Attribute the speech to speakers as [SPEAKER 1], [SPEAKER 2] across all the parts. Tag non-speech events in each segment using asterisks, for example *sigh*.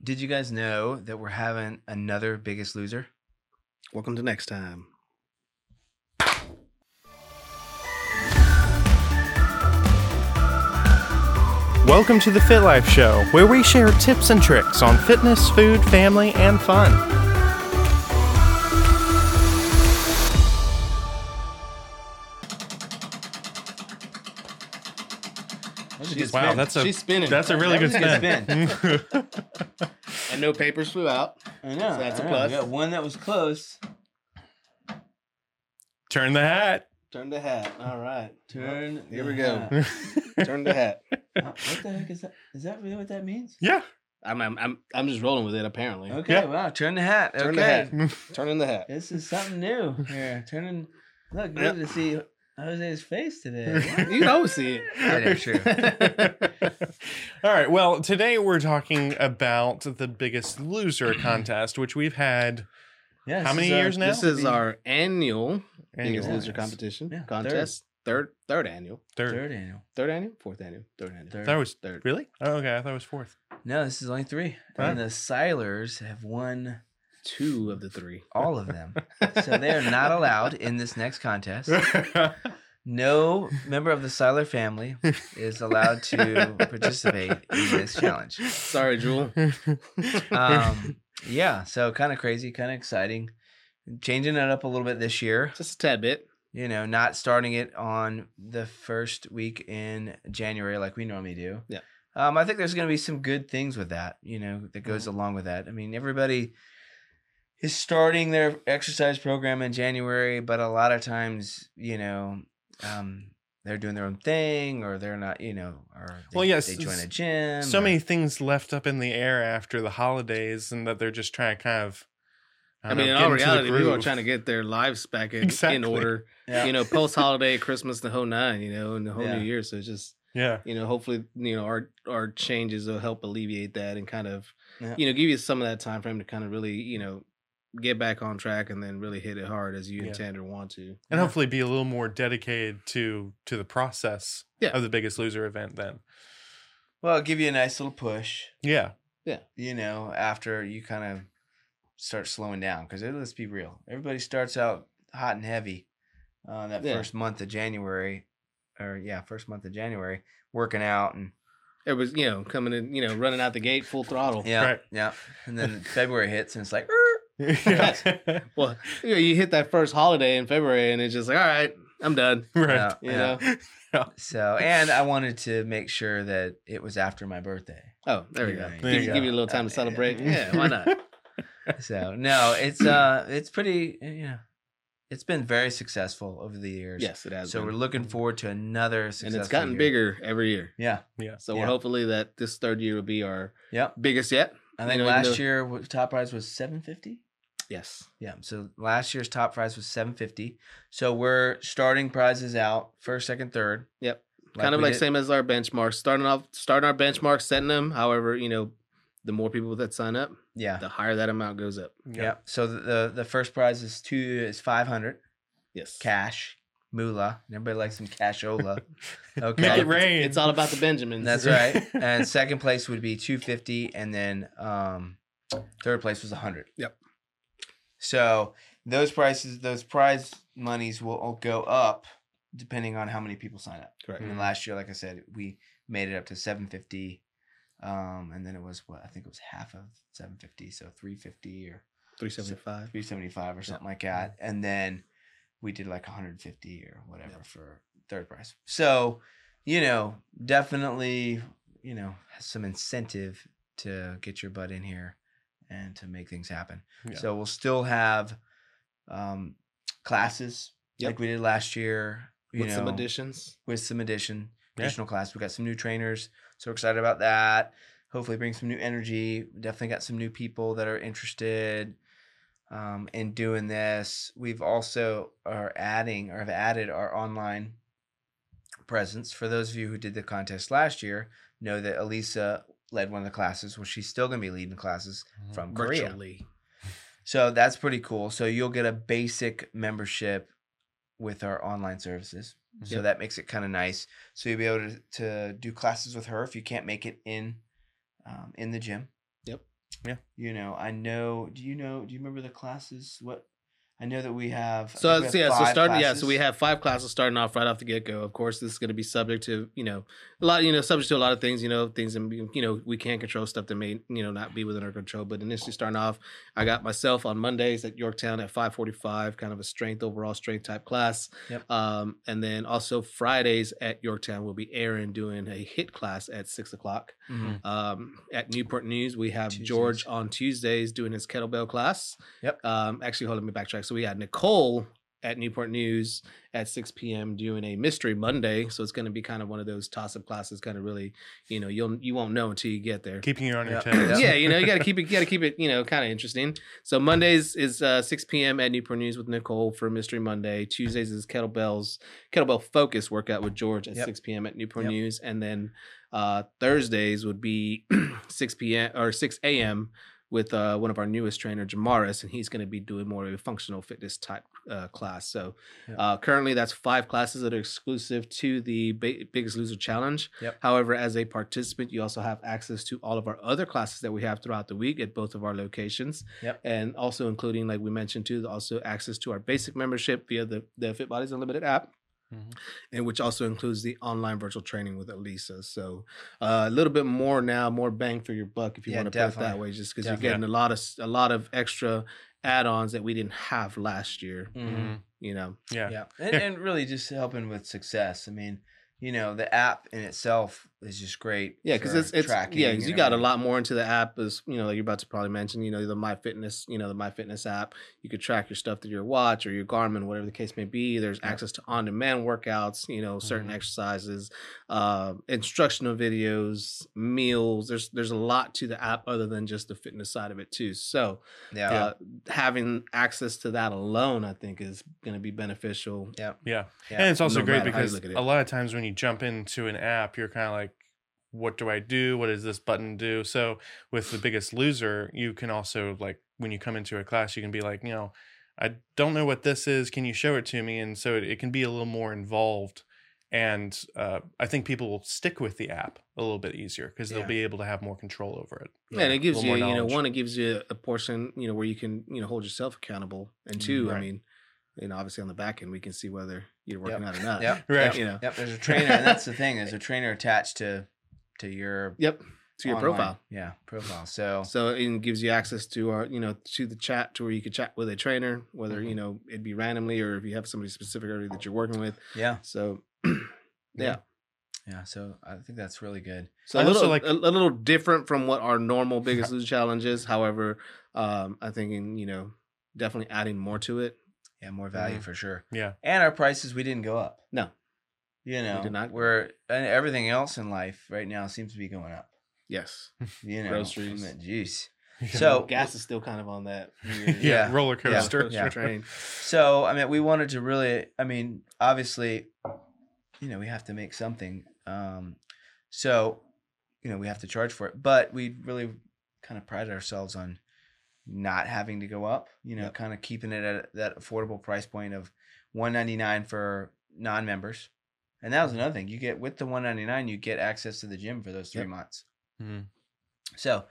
[SPEAKER 1] Did you guys know that we're having another Biggest Loser?
[SPEAKER 2] Welcome to next time.
[SPEAKER 3] Welcome to the Fit Life Show, where we share tips and tricks on fitness, food, family, and fun. Wow,
[SPEAKER 2] spin.
[SPEAKER 3] that's a-
[SPEAKER 2] she's spinning.
[SPEAKER 3] That's a really
[SPEAKER 1] That
[SPEAKER 3] good
[SPEAKER 1] was a good
[SPEAKER 3] spin.
[SPEAKER 2] and no papers flew out.
[SPEAKER 1] I know.
[SPEAKER 2] So that's
[SPEAKER 1] I
[SPEAKER 2] a
[SPEAKER 1] know.
[SPEAKER 2] plus.
[SPEAKER 1] We got one that was close.
[SPEAKER 3] *laughs* Turn the hat. *laughs*
[SPEAKER 2] Turn the hat. All right.
[SPEAKER 1] Turn.
[SPEAKER 2] Here
[SPEAKER 1] the
[SPEAKER 2] we go.
[SPEAKER 1] hat.
[SPEAKER 2] Turn the hat.
[SPEAKER 1] Uh, *laughs* what the heck is that? Is that really what that means?
[SPEAKER 3] yeah.
[SPEAKER 2] I'm, I'm I'm I'm just rolling with it. Apparently,
[SPEAKER 1] Okay.
[SPEAKER 3] Yeah.
[SPEAKER 1] Wow. Turn the hat.
[SPEAKER 2] Turn
[SPEAKER 1] okay.
[SPEAKER 2] the
[SPEAKER 1] *laughs*
[SPEAKER 2] hat.
[SPEAKER 3] *laughs*
[SPEAKER 2] turning the hat.
[SPEAKER 1] This is something new here. Turning. Look,
[SPEAKER 2] Yep.
[SPEAKER 1] good to see Jose's face today.
[SPEAKER 2] *laughs* You can always
[SPEAKER 3] *laughs*
[SPEAKER 2] see it.
[SPEAKER 1] That is true.
[SPEAKER 3] All right. Well, today we're talking about the biggest loser *clears throat* contest, which we've had
[SPEAKER 1] Yes.
[SPEAKER 3] How many
[SPEAKER 1] uh,
[SPEAKER 3] years now?
[SPEAKER 2] This is our annual biggest
[SPEAKER 3] annual.
[SPEAKER 2] loser competition
[SPEAKER 1] Yeah, third.
[SPEAKER 2] contest. Third. third annual.
[SPEAKER 3] Third.
[SPEAKER 1] Third annual.
[SPEAKER 2] Third annual. Fourth annual. Third annual.
[SPEAKER 1] Third.
[SPEAKER 3] That was
[SPEAKER 2] Third.
[SPEAKER 3] really? Oh, okay. I thought it was fourth.
[SPEAKER 1] No, this is only three. And
[SPEAKER 3] Huh?
[SPEAKER 1] the Silers have won
[SPEAKER 2] Two of the three.
[SPEAKER 1] all of
[SPEAKER 3] *laughs*
[SPEAKER 1] them. so they are not allowed in this next contest. No member of the Siler family is allowed
[SPEAKER 3] *laughs*
[SPEAKER 1] to participate in this challenge.
[SPEAKER 2] *laughs* Sorry, Jewel.
[SPEAKER 1] Um, yeah, so kind of crazy, kind of exciting. Changing it up a little bit this year,
[SPEAKER 2] Just a tad bit.
[SPEAKER 1] you know, not starting it on the first week in January like we normally do.
[SPEAKER 2] Yeah.
[SPEAKER 1] Um, I think there's going to be some good things with that, you know, that goes
[SPEAKER 3] Mm-hmm.
[SPEAKER 1] along with that. I mean, everybody is starting their exercise program in January, but a lot of times, you know, um, they're doing their own thing or they're not, you know, or they,
[SPEAKER 3] Well, yes,
[SPEAKER 1] they join
[SPEAKER 3] s-
[SPEAKER 1] a gym.
[SPEAKER 3] so
[SPEAKER 1] or-
[SPEAKER 3] many things left up in the air after the holidays, and that they're just trying to kind of.
[SPEAKER 2] I,
[SPEAKER 3] don't
[SPEAKER 2] mean,
[SPEAKER 3] know,
[SPEAKER 2] in
[SPEAKER 3] get
[SPEAKER 2] all
[SPEAKER 3] into the
[SPEAKER 2] reality, people are
[SPEAKER 3] groove.
[SPEAKER 2] trying to get their lives back in, in
[SPEAKER 3] Exactly.
[SPEAKER 2] order.
[SPEAKER 1] Yeah.
[SPEAKER 2] You know, post holiday, Christmas, the whole nine. You know, and the whole
[SPEAKER 1] Yeah.
[SPEAKER 2] New Year. So it's just
[SPEAKER 3] Yeah.
[SPEAKER 2] you know, hopefully, you know, our our changes will help alleviate that and kind of,
[SPEAKER 1] Yeah.
[SPEAKER 2] you know, give you some of that time frame to kind of really, you know, get back on track and then really hit it hard as you
[SPEAKER 3] Yeah.
[SPEAKER 2] intend or want to.
[SPEAKER 3] and
[SPEAKER 1] Yeah.
[SPEAKER 3] hopefully be a little more dedicated to to the process
[SPEAKER 2] Yeah.
[SPEAKER 3] of the biggest loser event then
[SPEAKER 1] Well, it'll give you a nice little push.
[SPEAKER 3] yeah *laughs*
[SPEAKER 1] you know, after you kind of start slowing down. Because let's be real, everybody starts out hot and heavy uh, that
[SPEAKER 2] Yeah.
[SPEAKER 1] first month of January, or yeah, first month of January, working out and
[SPEAKER 2] It was, you know, coming in, you know, running out the gate full throttle.
[SPEAKER 1] yeah,
[SPEAKER 3] Right.
[SPEAKER 1] yeah. And then
[SPEAKER 2] *laughs*
[SPEAKER 1] February hits and it's like, "Er."
[SPEAKER 3] *laughs* yeah.
[SPEAKER 2] Well, you, know, you hit that first holiday in February and it's just like, all right, I'm done.
[SPEAKER 3] right
[SPEAKER 1] Yeah,
[SPEAKER 2] You
[SPEAKER 1] yeah.
[SPEAKER 2] know?
[SPEAKER 1] So, and I wanted to make sure that it was after my birthday.
[SPEAKER 2] Oh, there we
[SPEAKER 1] Yeah,
[SPEAKER 2] go.
[SPEAKER 1] yeah.
[SPEAKER 3] There
[SPEAKER 2] give,
[SPEAKER 3] you
[SPEAKER 2] you
[SPEAKER 3] go.
[SPEAKER 2] give you a little time to
[SPEAKER 1] Uh,
[SPEAKER 2] celebrate.
[SPEAKER 1] yeah.
[SPEAKER 2] Yeah, why *laughs* not?
[SPEAKER 1] So no, it's uh, it's pretty, you know, it's been very successful over the years.
[SPEAKER 2] yes, it has.
[SPEAKER 1] So
[SPEAKER 2] been.
[SPEAKER 1] we're looking forward to another successful.
[SPEAKER 2] and it's gotten
[SPEAKER 1] year.
[SPEAKER 2] bigger every year.
[SPEAKER 1] Yeah.
[SPEAKER 2] So
[SPEAKER 1] Yeah.
[SPEAKER 2] we're hopefully that this third year will be our
[SPEAKER 1] Yep.
[SPEAKER 2] biggest yet.
[SPEAKER 1] I
[SPEAKER 2] You
[SPEAKER 1] think
[SPEAKER 2] know, even
[SPEAKER 1] last
[SPEAKER 2] though-
[SPEAKER 1] year year top prize was seven fifty.
[SPEAKER 2] Yes.
[SPEAKER 1] Yeah. So last year's top prize was 750. So we're starting prizes out first, second, third.
[SPEAKER 2] Yep. kind of
[SPEAKER 1] we
[SPEAKER 2] like
[SPEAKER 1] did-
[SPEAKER 2] same as our benchmarks. Starting off, starting our benchmarks, setting them. However, you know, the more people that sign up,
[SPEAKER 1] Yeah.
[SPEAKER 2] the higher that amount goes up.
[SPEAKER 1] Yeah. So the, the the first prize is two is 500
[SPEAKER 2] Yes.
[SPEAKER 1] cash moolah. And Everybody likes some *laughs* cashola. Okay.
[SPEAKER 3] make
[SPEAKER 2] It's
[SPEAKER 3] it
[SPEAKER 2] all-
[SPEAKER 3] rain
[SPEAKER 2] It's all about the Benjamins. *laughs*
[SPEAKER 1] That's right. And second place would be 250 and then um third place was 100.
[SPEAKER 2] Yep.
[SPEAKER 1] So those prices those prize monies will all go up depending on how many people sign up.
[SPEAKER 2] Correct.
[SPEAKER 1] I mean, last year, like I said, we made it up to 750. Um, and then it was what I think it was half of 750, so 350 or
[SPEAKER 2] 375.
[SPEAKER 1] 375 or something like that. And then we did like 150 or whatever for third prize. So, you know, definitely, you know, has some incentive to get your butt in here and to make things happen.
[SPEAKER 3] Yeah.
[SPEAKER 1] So we'll still have um, classes
[SPEAKER 2] Yep.
[SPEAKER 1] like we did last year. You
[SPEAKER 2] With
[SPEAKER 1] know,
[SPEAKER 2] some additions.
[SPEAKER 1] with some addition
[SPEAKER 3] Yeah.
[SPEAKER 1] additional class. We got some new trainers, so we're excited about that. Hopefully, bring some new energy. We Definitely got some new people that are interested um, in doing this. We've also are adding or have added our online presence. For those of you who did the contest last year, know that Elisa led one of the classes. Well, she's still going to be leading classes
[SPEAKER 3] Mm-hmm.
[SPEAKER 1] from Korea.
[SPEAKER 2] Virtually.
[SPEAKER 1] So that's pretty cool. So you'll get a basic membership with our online services. So
[SPEAKER 2] Yep.
[SPEAKER 1] that makes it kind of nice. So you'll be able to, to do classes with her if you can't make it in um, in the gym.
[SPEAKER 2] Yep.
[SPEAKER 3] Yeah.
[SPEAKER 1] You know, I know. Do you know? Do you remember the classes? What? I know that we have. I
[SPEAKER 2] So
[SPEAKER 1] think
[SPEAKER 2] it's-
[SPEAKER 1] we have
[SPEAKER 2] yeah, so
[SPEAKER 1] five
[SPEAKER 2] start yeah, so we
[SPEAKER 1] classes.
[SPEAKER 2] have five classes starting off right off the get go. Of course, this is going to be subject to you know a lot, you know, subject to a lot of things, you know, things and you know we can't control stuff that may you know not be within our control. But initially starting off, I got myself on Mondays at Yorktown at five forty five, kind of a strength overall strength type class.
[SPEAKER 1] Yep.
[SPEAKER 2] Um, and then also Fridays at Yorktown will be Aaron doing a hit class at six o'clock.
[SPEAKER 1] Mhm.
[SPEAKER 2] Um, at Newport News, we have
[SPEAKER 1] Tuesdays.
[SPEAKER 2] George on Tuesdays doing his kettlebell class.
[SPEAKER 1] Yep.
[SPEAKER 2] Um, actually, hold on, let me backtrack. So we had Nicole at Newport News at 6 p.m. doing a mystery Monday. So it's going to be kind of one of those toss-up classes. Kind of really, you know, you'll you won't know until you get there.
[SPEAKER 3] Keeping you on your
[SPEAKER 1] Yeah.
[SPEAKER 3] toes.
[SPEAKER 2] Yeah, you know, you got *laughs* to keep it. You got to keep it. You know, kind of interesting. So Mondays is uh, 6 p.m. at Newport News with Nicole for Mystery Monday. Tuesdays is kettlebells, kettlebell focus workout with George at
[SPEAKER 1] Yep.
[SPEAKER 2] 6 p.m. at Newport
[SPEAKER 1] Yep.
[SPEAKER 2] News, and then uh, Thursdays would be *clears throat* 6 p.m. or 6 a.m. with uh, one of our newest trainer, Jamaris, and he's going to be doing more of a functional fitness type uh, class. So
[SPEAKER 1] Yep.
[SPEAKER 2] uh, currently, that's five classes that are exclusive to the Ba- Biggest Loser Challenge.
[SPEAKER 1] Yep.
[SPEAKER 2] However, as a participant, you also have access to all of our other classes that we have throughout the week at both of our locations.
[SPEAKER 1] Yep.
[SPEAKER 2] And also including, like we mentioned too, also access to our basic membership via the, the Fit Bodies Unlimited app.
[SPEAKER 1] Mm-hmm.
[SPEAKER 3] Mhm.
[SPEAKER 2] And which also includes the online virtual training with Elisa. So uh, a little bit more now, more bang for your buck, if you
[SPEAKER 1] Yeah,
[SPEAKER 2] want to put it that
[SPEAKER 1] definitely.
[SPEAKER 2] way, just because you're
[SPEAKER 1] Definitely.
[SPEAKER 2] getting a lot of a lot of extra add-ons that we didn't have last year.
[SPEAKER 1] Mhm.
[SPEAKER 2] You know,
[SPEAKER 3] Yeah.
[SPEAKER 1] Yeah,
[SPEAKER 2] *laughs*
[SPEAKER 1] and, and really just helping with success. I mean, you know, the app in itself is just great.
[SPEAKER 2] Yeah, because
[SPEAKER 1] for
[SPEAKER 2] it's it's yeah, 'cause
[SPEAKER 1] tracking
[SPEAKER 2] yeah,
[SPEAKER 1] and
[SPEAKER 2] you got a
[SPEAKER 1] everything.
[SPEAKER 2] lot more into the app as you know, like you're about to probably mention, you know, the MyFitness, you know, the MyFitness app. You could track your stuff through your watch or your Garmin, whatever the case may be. There's
[SPEAKER 1] Yeah. Mm-hmm.
[SPEAKER 2] access to on-demand workouts, you know, certain
[SPEAKER 3] Mhm.
[SPEAKER 2] exercises, uh, instructional videos, meals. There's there's a lot to the app other than just the fitness side of it too. So
[SPEAKER 1] Yeah,
[SPEAKER 2] uh, having access to that alone, I think, is going to be beneficial.
[SPEAKER 3] Yeah.
[SPEAKER 1] Yeah.
[SPEAKER 3] And it's also
[SPEAKER 2] No
[SPEAKER 3] great
[SPEAKER 2] matter how you
[SPEAKER 3] because
[SPEAKER 2] look at it.
[SPEAKER 3] a lot of times when you jump into an app, you're kind of like, what do I do? What does this button do? So with the biggest loser, you can also like when you come into a class, you can be like, you know, I don't know what this is. Can you show it to me? And so it, it can be a little more involved. And uh, I think people will stick with the app a little bit easier because
[SPEAKER 1] Yeah.
[SPEAKER 3] they'll be able to have more control over it.
[SPEAKER 2] Yeah, and it gives
[SPEAKER 3] little
[SPEAKER 2] you,
[SPEAKER 3] more
[SPEAKER 2] you know,
[SPEAKER 3] knowledge. *laughs*
[SPEAKER 2] one, it gives you a portion, you know, where you can, you know, hold yourself accountable, and two,
[SPEAKER 3] Mm,
[SPEAKER 2] I
[SPEAKER 3] Right.
[SPEAKER 2] mean, you know, obviously on the back end, we can see whether you're working out or not.
[SPEAKER 1] Yep.
[SPEAKER 3] Right.
[SPEAKER 2] *laughs* You know.
[SPEAKER 1] Yep, there's a trainer, and that's the thing. There's a trainer attached to to your
[SPEAKER 2] Yep. To your
[SPEAKER 1] online-
[SPEAKER 2] profile.
[SPEAKER 1] Yeah, profile. So
[SPEAKER 2] So it gives you access to our, you know, to the chat to where you could chat with a trainer, whether you
[SPEAKER 3] Mm-hmm.
[SPEAKER 1] Mhm.
[SPEAKER 2] know it'd be randomly or if you have somebody specific already that you're working with.
[SPEAKER 1] yeah,
[SPEAKER 2] So. *clears throat* Yeah.
[SPEAKER 1] Yeah. yeah. So I think that's really good.
[SPEAKER 2] So a
[SPEAKER 3] I also
[SPEAKER 2] little,
[SPEAKER 3] like-
[SPEAKER 2] a, a little different from what our normal
[SPEAKER 3] *laughs*
[SPEAKER 2] biggest loser challenge is. However, um, I think in you know definitely adding more to it.
[SPEAKER 1] Yeah, more value
[SPEAKER 3] Mhm.
[SPEAKER 1] for sure.
[SPEAKER 3] Yeah.
[SPEAKER 1] And our prices, we didn't go up.
[SPEAKER 2] Mm-hmm. No.
[SPEAKER 1] You know, we
[SPEAKER 2] did not.
[SPEAKER 1] are and everything else in life right now seems to be going up.
[SPEAKER 2] Yes.
[SPEAKER 1] You know,
[SPEAKER 2] Groceries.
[SPEAKER 1] Jeez.
[SPEAKER 2] So
[SPEAKER 1] So
[SPEAKER 2] gas is still kind of on *laughs* that.
[SPEAKER 3] yeah,
[SPEAKER 2] weird-
[SPEAKER 1] Yeah.
[SPEAKER 3] roller
[SPEAKER 2] roller
[SPEAKER 3] coaster.
[SPEAKER 2] coaster *laughs* train.
[SPEAKER 1] So, I mean, we wanted to really, I mean, obviously, you know, we have to make something. Um, so, you know, we have to charge for it, but we really kind of prided ourselves on not having to go up, you know,
[SPEAKER 2] Yep.
[SPEAKER 1] kind of keeping it at that affordable price point of 199 for non-members. And
[SPEAKER 2] Mm-hmm.
[SPEAKER 1] that was another thing. You get with the 199, you get access to the gym for those 3
[SPEAKER 2] Yep. Mm-hmm.
[SPEAKER 1] months.
[SPEAKER 3] Mhm.
[SPEAKER 1] So,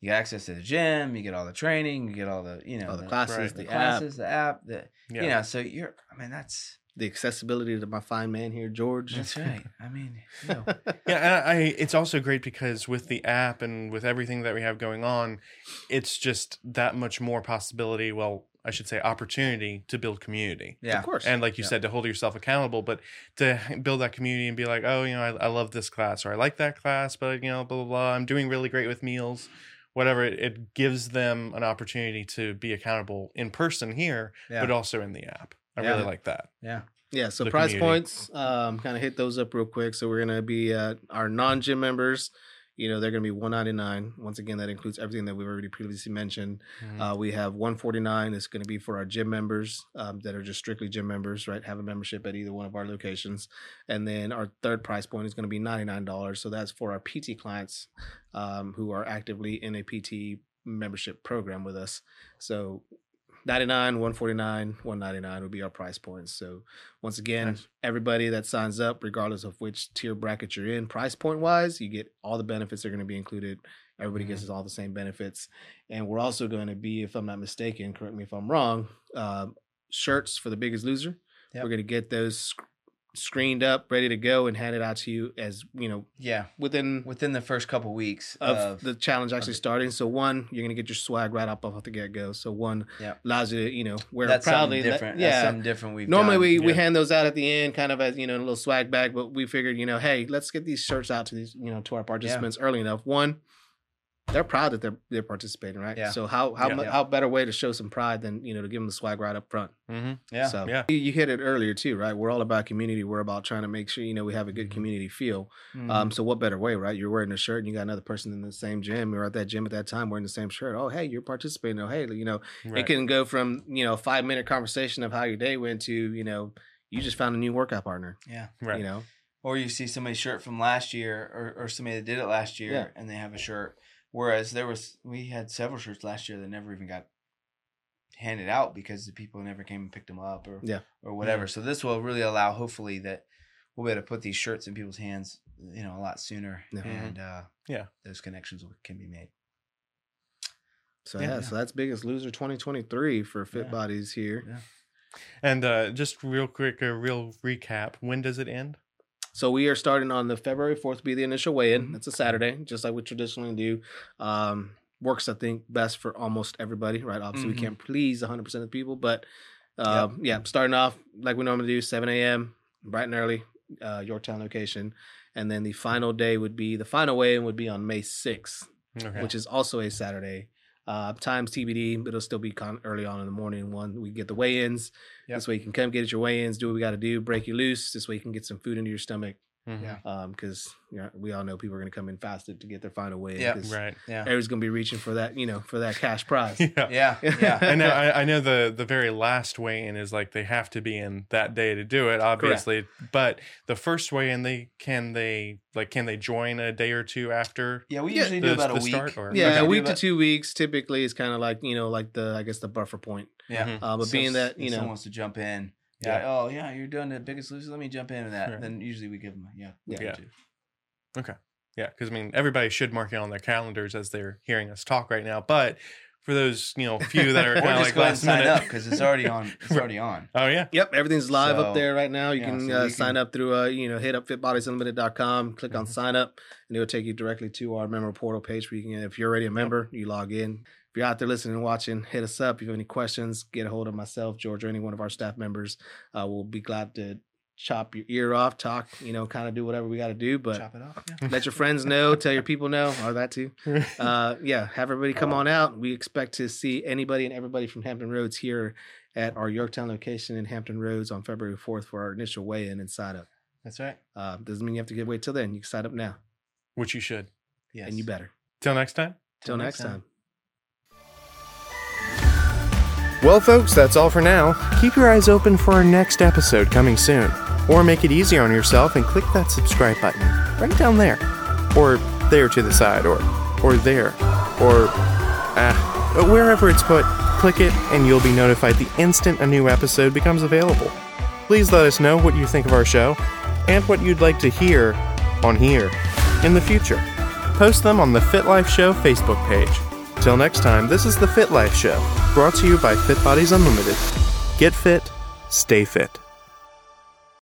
[SPEAKER 1] you get access to the gym, you get all the training, you get all the, you know,
[SPEAKER 2] All Oh, the classes,
[SPEAKER 3] Right.
[SPEAKER 2] the,
[SPEAKER 1] the
[SPEAKER 2] app,
[SPEAKER 1] classes, the app, the
[SPEAKER 3] Yeah.
[SPEAKER 1] you know so you're i mean
[SPEAKER 2] *laughs*
[SPEAKER 1] that's
[SPEAKER 2] the accessibility to my fine man here, George. *laughs*
[SPEAKER 1] that's right i mean you know,
[SPEAKER 3] yeah, and I it's also great because with the app and with everything that we have going on, it's just that much more possibility. Well, I should say opportunity to build community.
[SPEAKER 1] yeah
[SPEAKER 2] Of course.
[SPEAKER 3] And like you
[SPEAKER 1] Yeah.
[SPEAKER 3] said, to hold yourself accountable, but to build that community and be like, oh, you know, I, I love this class or I like that class, but you know, blah blah blah. I'm doing really great with meals, whatever. It, it gives them an opportunity to be accountable in person here,
[SPEAKER 1] yeah
[SPEAKER 3] but also in the app. I
[SPEAKER 1] Yeah.
[SPEAKER 3] really like that.
[SPEAKER 1] yeah
[SPEAKER 2] yeah, so
[SPEAKER 3] the
[SPEAKER 2] price
[SPEAKER 3] community.
[SPEAKER 2] points, um, kind of hit those up real quick. So we're gonna be uh, our non-gym members. You know, they're gonna be one ninety nine. Once again, that includes everything that we've already previously mentioned.
[SPEAKER 3] Mm-hmm.
[SPEAKER 2] Uh, we have one forty nine. It's gonna be for our gym members um, that are just strictly gym members, right? Have a membership at either one of our locations, and then our third price point is gonna be ninety nine dollars. So that's for our PT clients um, who are actively in a PT membership program with us. So 99 149 199 would be our price points so once again
[SPEAKER 3] Nice.
[SPEAKER 2] everybody that signs up regardless of which tier bracket you're in price point wise you get all the benefits that are going to be included everybody gets all the same benefits and we're also going to be if i'm not mistaken correct me if i'm wrong uh, shirts for the biggest loser
[SPEAKER 1] Yep.
[SPEAKER 2] we're going to get those sc- screened up ready to go and handed out to you as you know
[SPEAKER 1] Yeah,
[SPEAKER 2] within
[SPEAKER 1] within the first couple weeks
[SPEAKER 2] of,
[SPEAKER 1] of,
[SPEAKER 2] the challenge actually
[SPEAKER 1] it.
[SPEAKER 2] starting. So one, you're gonna get your swag right up off the get go. So one
[SPEAKER 1] Yep.
[SPEAKER 2] allows you to, you know, wear it
[SPEAKER 1] that's
[SPEAKER 2] proudly.
[SPEAKER 1] something
[SPEAKER 2] Let-
[SPEAKER 1] different.
[SPEAKER 2] yeah.
[SPEAKER 1] that's something different. We've
[SPEAKER 2] Normally
[SPEAKER 1] done.
[SPEAKER 2] we, we
[SPEAKER 3] yeah.
[SPEAKER 2] hand those out at the end, kind of as you know, in a little swag bag. But we figured, you know, hey, let's get these shirts out to these, you know, to our participants early enough. One, they're proud that they're they're participating, right?
[SPEAKER 1] Yeah.
[SPEAKER 2] So how how
[SPEAKER 3] Yeah.
[SPEAKER 2] mu-
[SPEAKER 1] Yeah.
[SPEAKER 2] how better way to show some pride than you know to give them the swag right up front?
[SPEAKER 3] Mm-hmm.
[SPEAKER 1] yeah.
[SPEAKER 2] So
[SPEAKER 3] yeah.
[SPEAKER 2] You, you hit it earlier too, right? We're all about community. We're about trying to make sure you know we have a
[SPEAKER 1] Mm-hmm.
[SPEAKER 2] good community feel.
[SPEAKER 1] Mhm.
[SPEAKER 2] Um, so what better way, right? You're wearing a shirt and you got another person in the same gym or at that gym at that time wearing the same shirt. Oh, hey, you're participating. Oh, hey, you know,
[SPEAKER 3] Right.
[SPEAKER 2] it can go from, you know, a five minute conversation of how your day went to, you know, you just found a new workout partner.
[SPEAKER 1] yeah.
[SPEAKER 3] right.
[SPEAKER 2] You know?
[SPEAKER 1] or you see somebody's shirt from last year or, or somebody that did it last year
[SPEAKER 2] Yeah.
[SPEAKER 1] and they have a shirt whereas there was we had several shirts last year that never even got handed out because the people never came and picked them up or
[SPEAKER 2] Yeah.
[SPEAKER 1] or whatever so this will really allow hopefully that we'll be able to put these shirts in people's hands you know a lot sooner
[SPEAKER 2] Yeah.
[SPEAKER 1] and uh
[SPEAKER 3] Mm-hmm. Yeah.
[SPEAKER 1] those connections will- can be made
[SPEAKER 2] So yeah,
[SPEAKER 1] Yeah, yeah.
[SPEAKER 2] so that's biggest loser twenty twenty three for Fit
[SPEAKER 1] Yeah.
[SPEAKER 2] Bodies here.
[SPEAKER 1] Yeah.
[SPEAKER 3] And uh, just real quick, a real recap. When does it end?
[SPEAKER 2] So we are starting on the February fourth be the initial weigh in.
[SPEAKER 1] Mhm.
[SPEAKER 2] It's a Saturday, just like we traditionally do. Um, works I think best for almost everybody, right? Obviously
[SPEAKER 1] Mhm.
[SPEAKER 2] we can't please hundred percent of the people, but uh, yeah, starting off like we normally do, seven a.m. bright and early, uh, Yorktown location, and then the final day would be the final weigh in would be on May sixth,
[SPEAKER 3] Okay.
[SPEAKER 2] which is also a Saturday. Uh, times TBD, but it'll still be con- early on in the morning. One, we get the weigh ins.
[SPEAKER 1] Yep.
[SPEAKER 2] This way you can come get at your weigh ins, do what we got to do, break you loose. This way you can get some food into your stomach
[SPEAKER 3] Mhm.
[SPEAKER 1] yeah.
[SPEAKER 2] because um, you know, we all know people are going to come in fasted to get their final weigh in.
[SPEAKER 1] Yeah,
[SPEAKER 2] 'cause
[SPEAKER 3] Right.
[SPEAKER 1] yeah
[SPEAKER 2] Everybody's going to be reaching for that, you know, for that
[SPEAKER 3] *laughs*
[SPEAKER 2] cash prize.
[SPEAKER 3] Yeah.
[SPEAKER 1] yeah
[SPEAKER 2] *laughs*
[SPEAKER 1] yeah
[SPEAKER 3] I
[SPEAKER 1] *laughs*
[SPEAKER 3] know. I, I know the the very last weigh in is like they have to be in that day to do it, obviously. But the first weigh in, they can they like can they join a day or two after
[SPEAKER 1] yeah we
[SPEAKER 2] Yeah,
[SPEAKER 1] usually do
[SPEAKER 3] the-
[SPEAKER 1] about a
[SPEAKER 3] the
[SPEAKER 1] week
[SPEAKER 3] start or-
[SPEAKER 2] Yeah,
[SPEAKER 1] Okay.
[SPEAKER 2] a week
[SPEAKER 1] Do
[SPEAKER 2] to
[SPEAKER 1] about-
[SPEAKER 2] two weeks typically is kind of like you know, like the I guess the buffer point.
[SPEAKER 1] yeah
[SPEAKER 3] Mhm.
[SPEAKER 2] Uh, but
[SPEAKER 1] So
[SPEAKER 2] being
[SPEAKER 1] s-
[SPEAKER 2] that
[SPEAKER 1] if
[SPEAKER 2] you know,
[SPEAKER 1] someone wants to jump in.
[SPEAKER 2] Yeah.
[SPEAKER 1] Yeah. Oh yeah, you're doing the biggest loser. Let me jump in with that.
[SPEAKER 3] Right.
[SPEAKER 1] Then usually we give them. Yeah.
[SPEAKER 2] Yeah.
[SPEAKER 3] Yeah. Yeah, because I mean, everybody should mark it on their calendars as they're hearing us talk right now. But for those,
[SPEAKER 1] *laughs*
[SPEAKER 3] you know, few that are
[SPEAKER 1] Or
[SPEAKER 3] kind of
[SPEAKER 1] just
[SPEAKER 3] like
[SPEAKER 1] go ahead and
[SPEAKER 3] last
[SPEAKER 1] sign
[SPEAKER 3] minute,
[SPEAKER 1] up because it's already on.
[SPEAKER 2] *laughs*
[SPEAKER 1] It's
[SPEAKER 3] Right.
[SPEAKER 1] already on.
[SPEAKER 3] *laughs* Oh yeah,
[SPEAKER 2] yep, everything's live up
[SPEAKER 1] So,
[SPEAKER 2] there right now. You
[SPEAKER 1] yeah,
[SPEAKER 2] can
[SPEAKER 1] so
[SPEAKER 2] uh,
[SPEAKER 1] we
[SPEAKER 2] sign
[SPEAKER 1] can- Mm-hmm.
[SPEAKER 2] up through uh, you know, hit up fitbodiesunlimited.com, click on
[SPEAKER 3] Mhm.
[SPEAKER 2] sign up, and it'll take you directly to our member portal page where you can if you're already a member, you log in. If you're out there listening and watching, hit us up. If you have any questions, get a hold of myself, George, or any one of our staff members. Uh, we'll be glad to chop your ear off, talk, you know, kind of do whatever we got to do. But
[SPEAKER 1] Chop it off. Yeah.
[SPEAKER 2] let your friends know, tell your people know, or that *laughs* too. uh, yeah, have everybody come on out. We expect to see anybody and everybody from Hampton Roads here at our Yorktown location in Hampton Roads on February 4th for our initial weigh in and sign up.
[SPEAKER 1] That's right.
[SPEAKER 2] Uh, doesn't mean you have to give wait till then. You can sign up now,
[SPEAKER 3] which you should.
[SPEAKER 1] Yes.
[SPEAKER 2] and you better.
[SPEAKER 3] Till next time.
[SPEAKER 2] Till next time.
[SPEAKER 4] Well, folks, that's all for now. Keep your eyes open for our next episode coming soon. Or make it easier on yourself and click that subscribe button right down there. Or there to the side, or, or there, or ah, but wherever it's put, click it and you'll be notified the instant a new episode becomes available. Please let us know what you think of our show and what you'd like to hear on here in the future. Post them on the Fit Life Show Facebook page. Till next time, this is the Fit Life Show, brought to you by Fit Bodies Unlimited. Get fit, stay fit.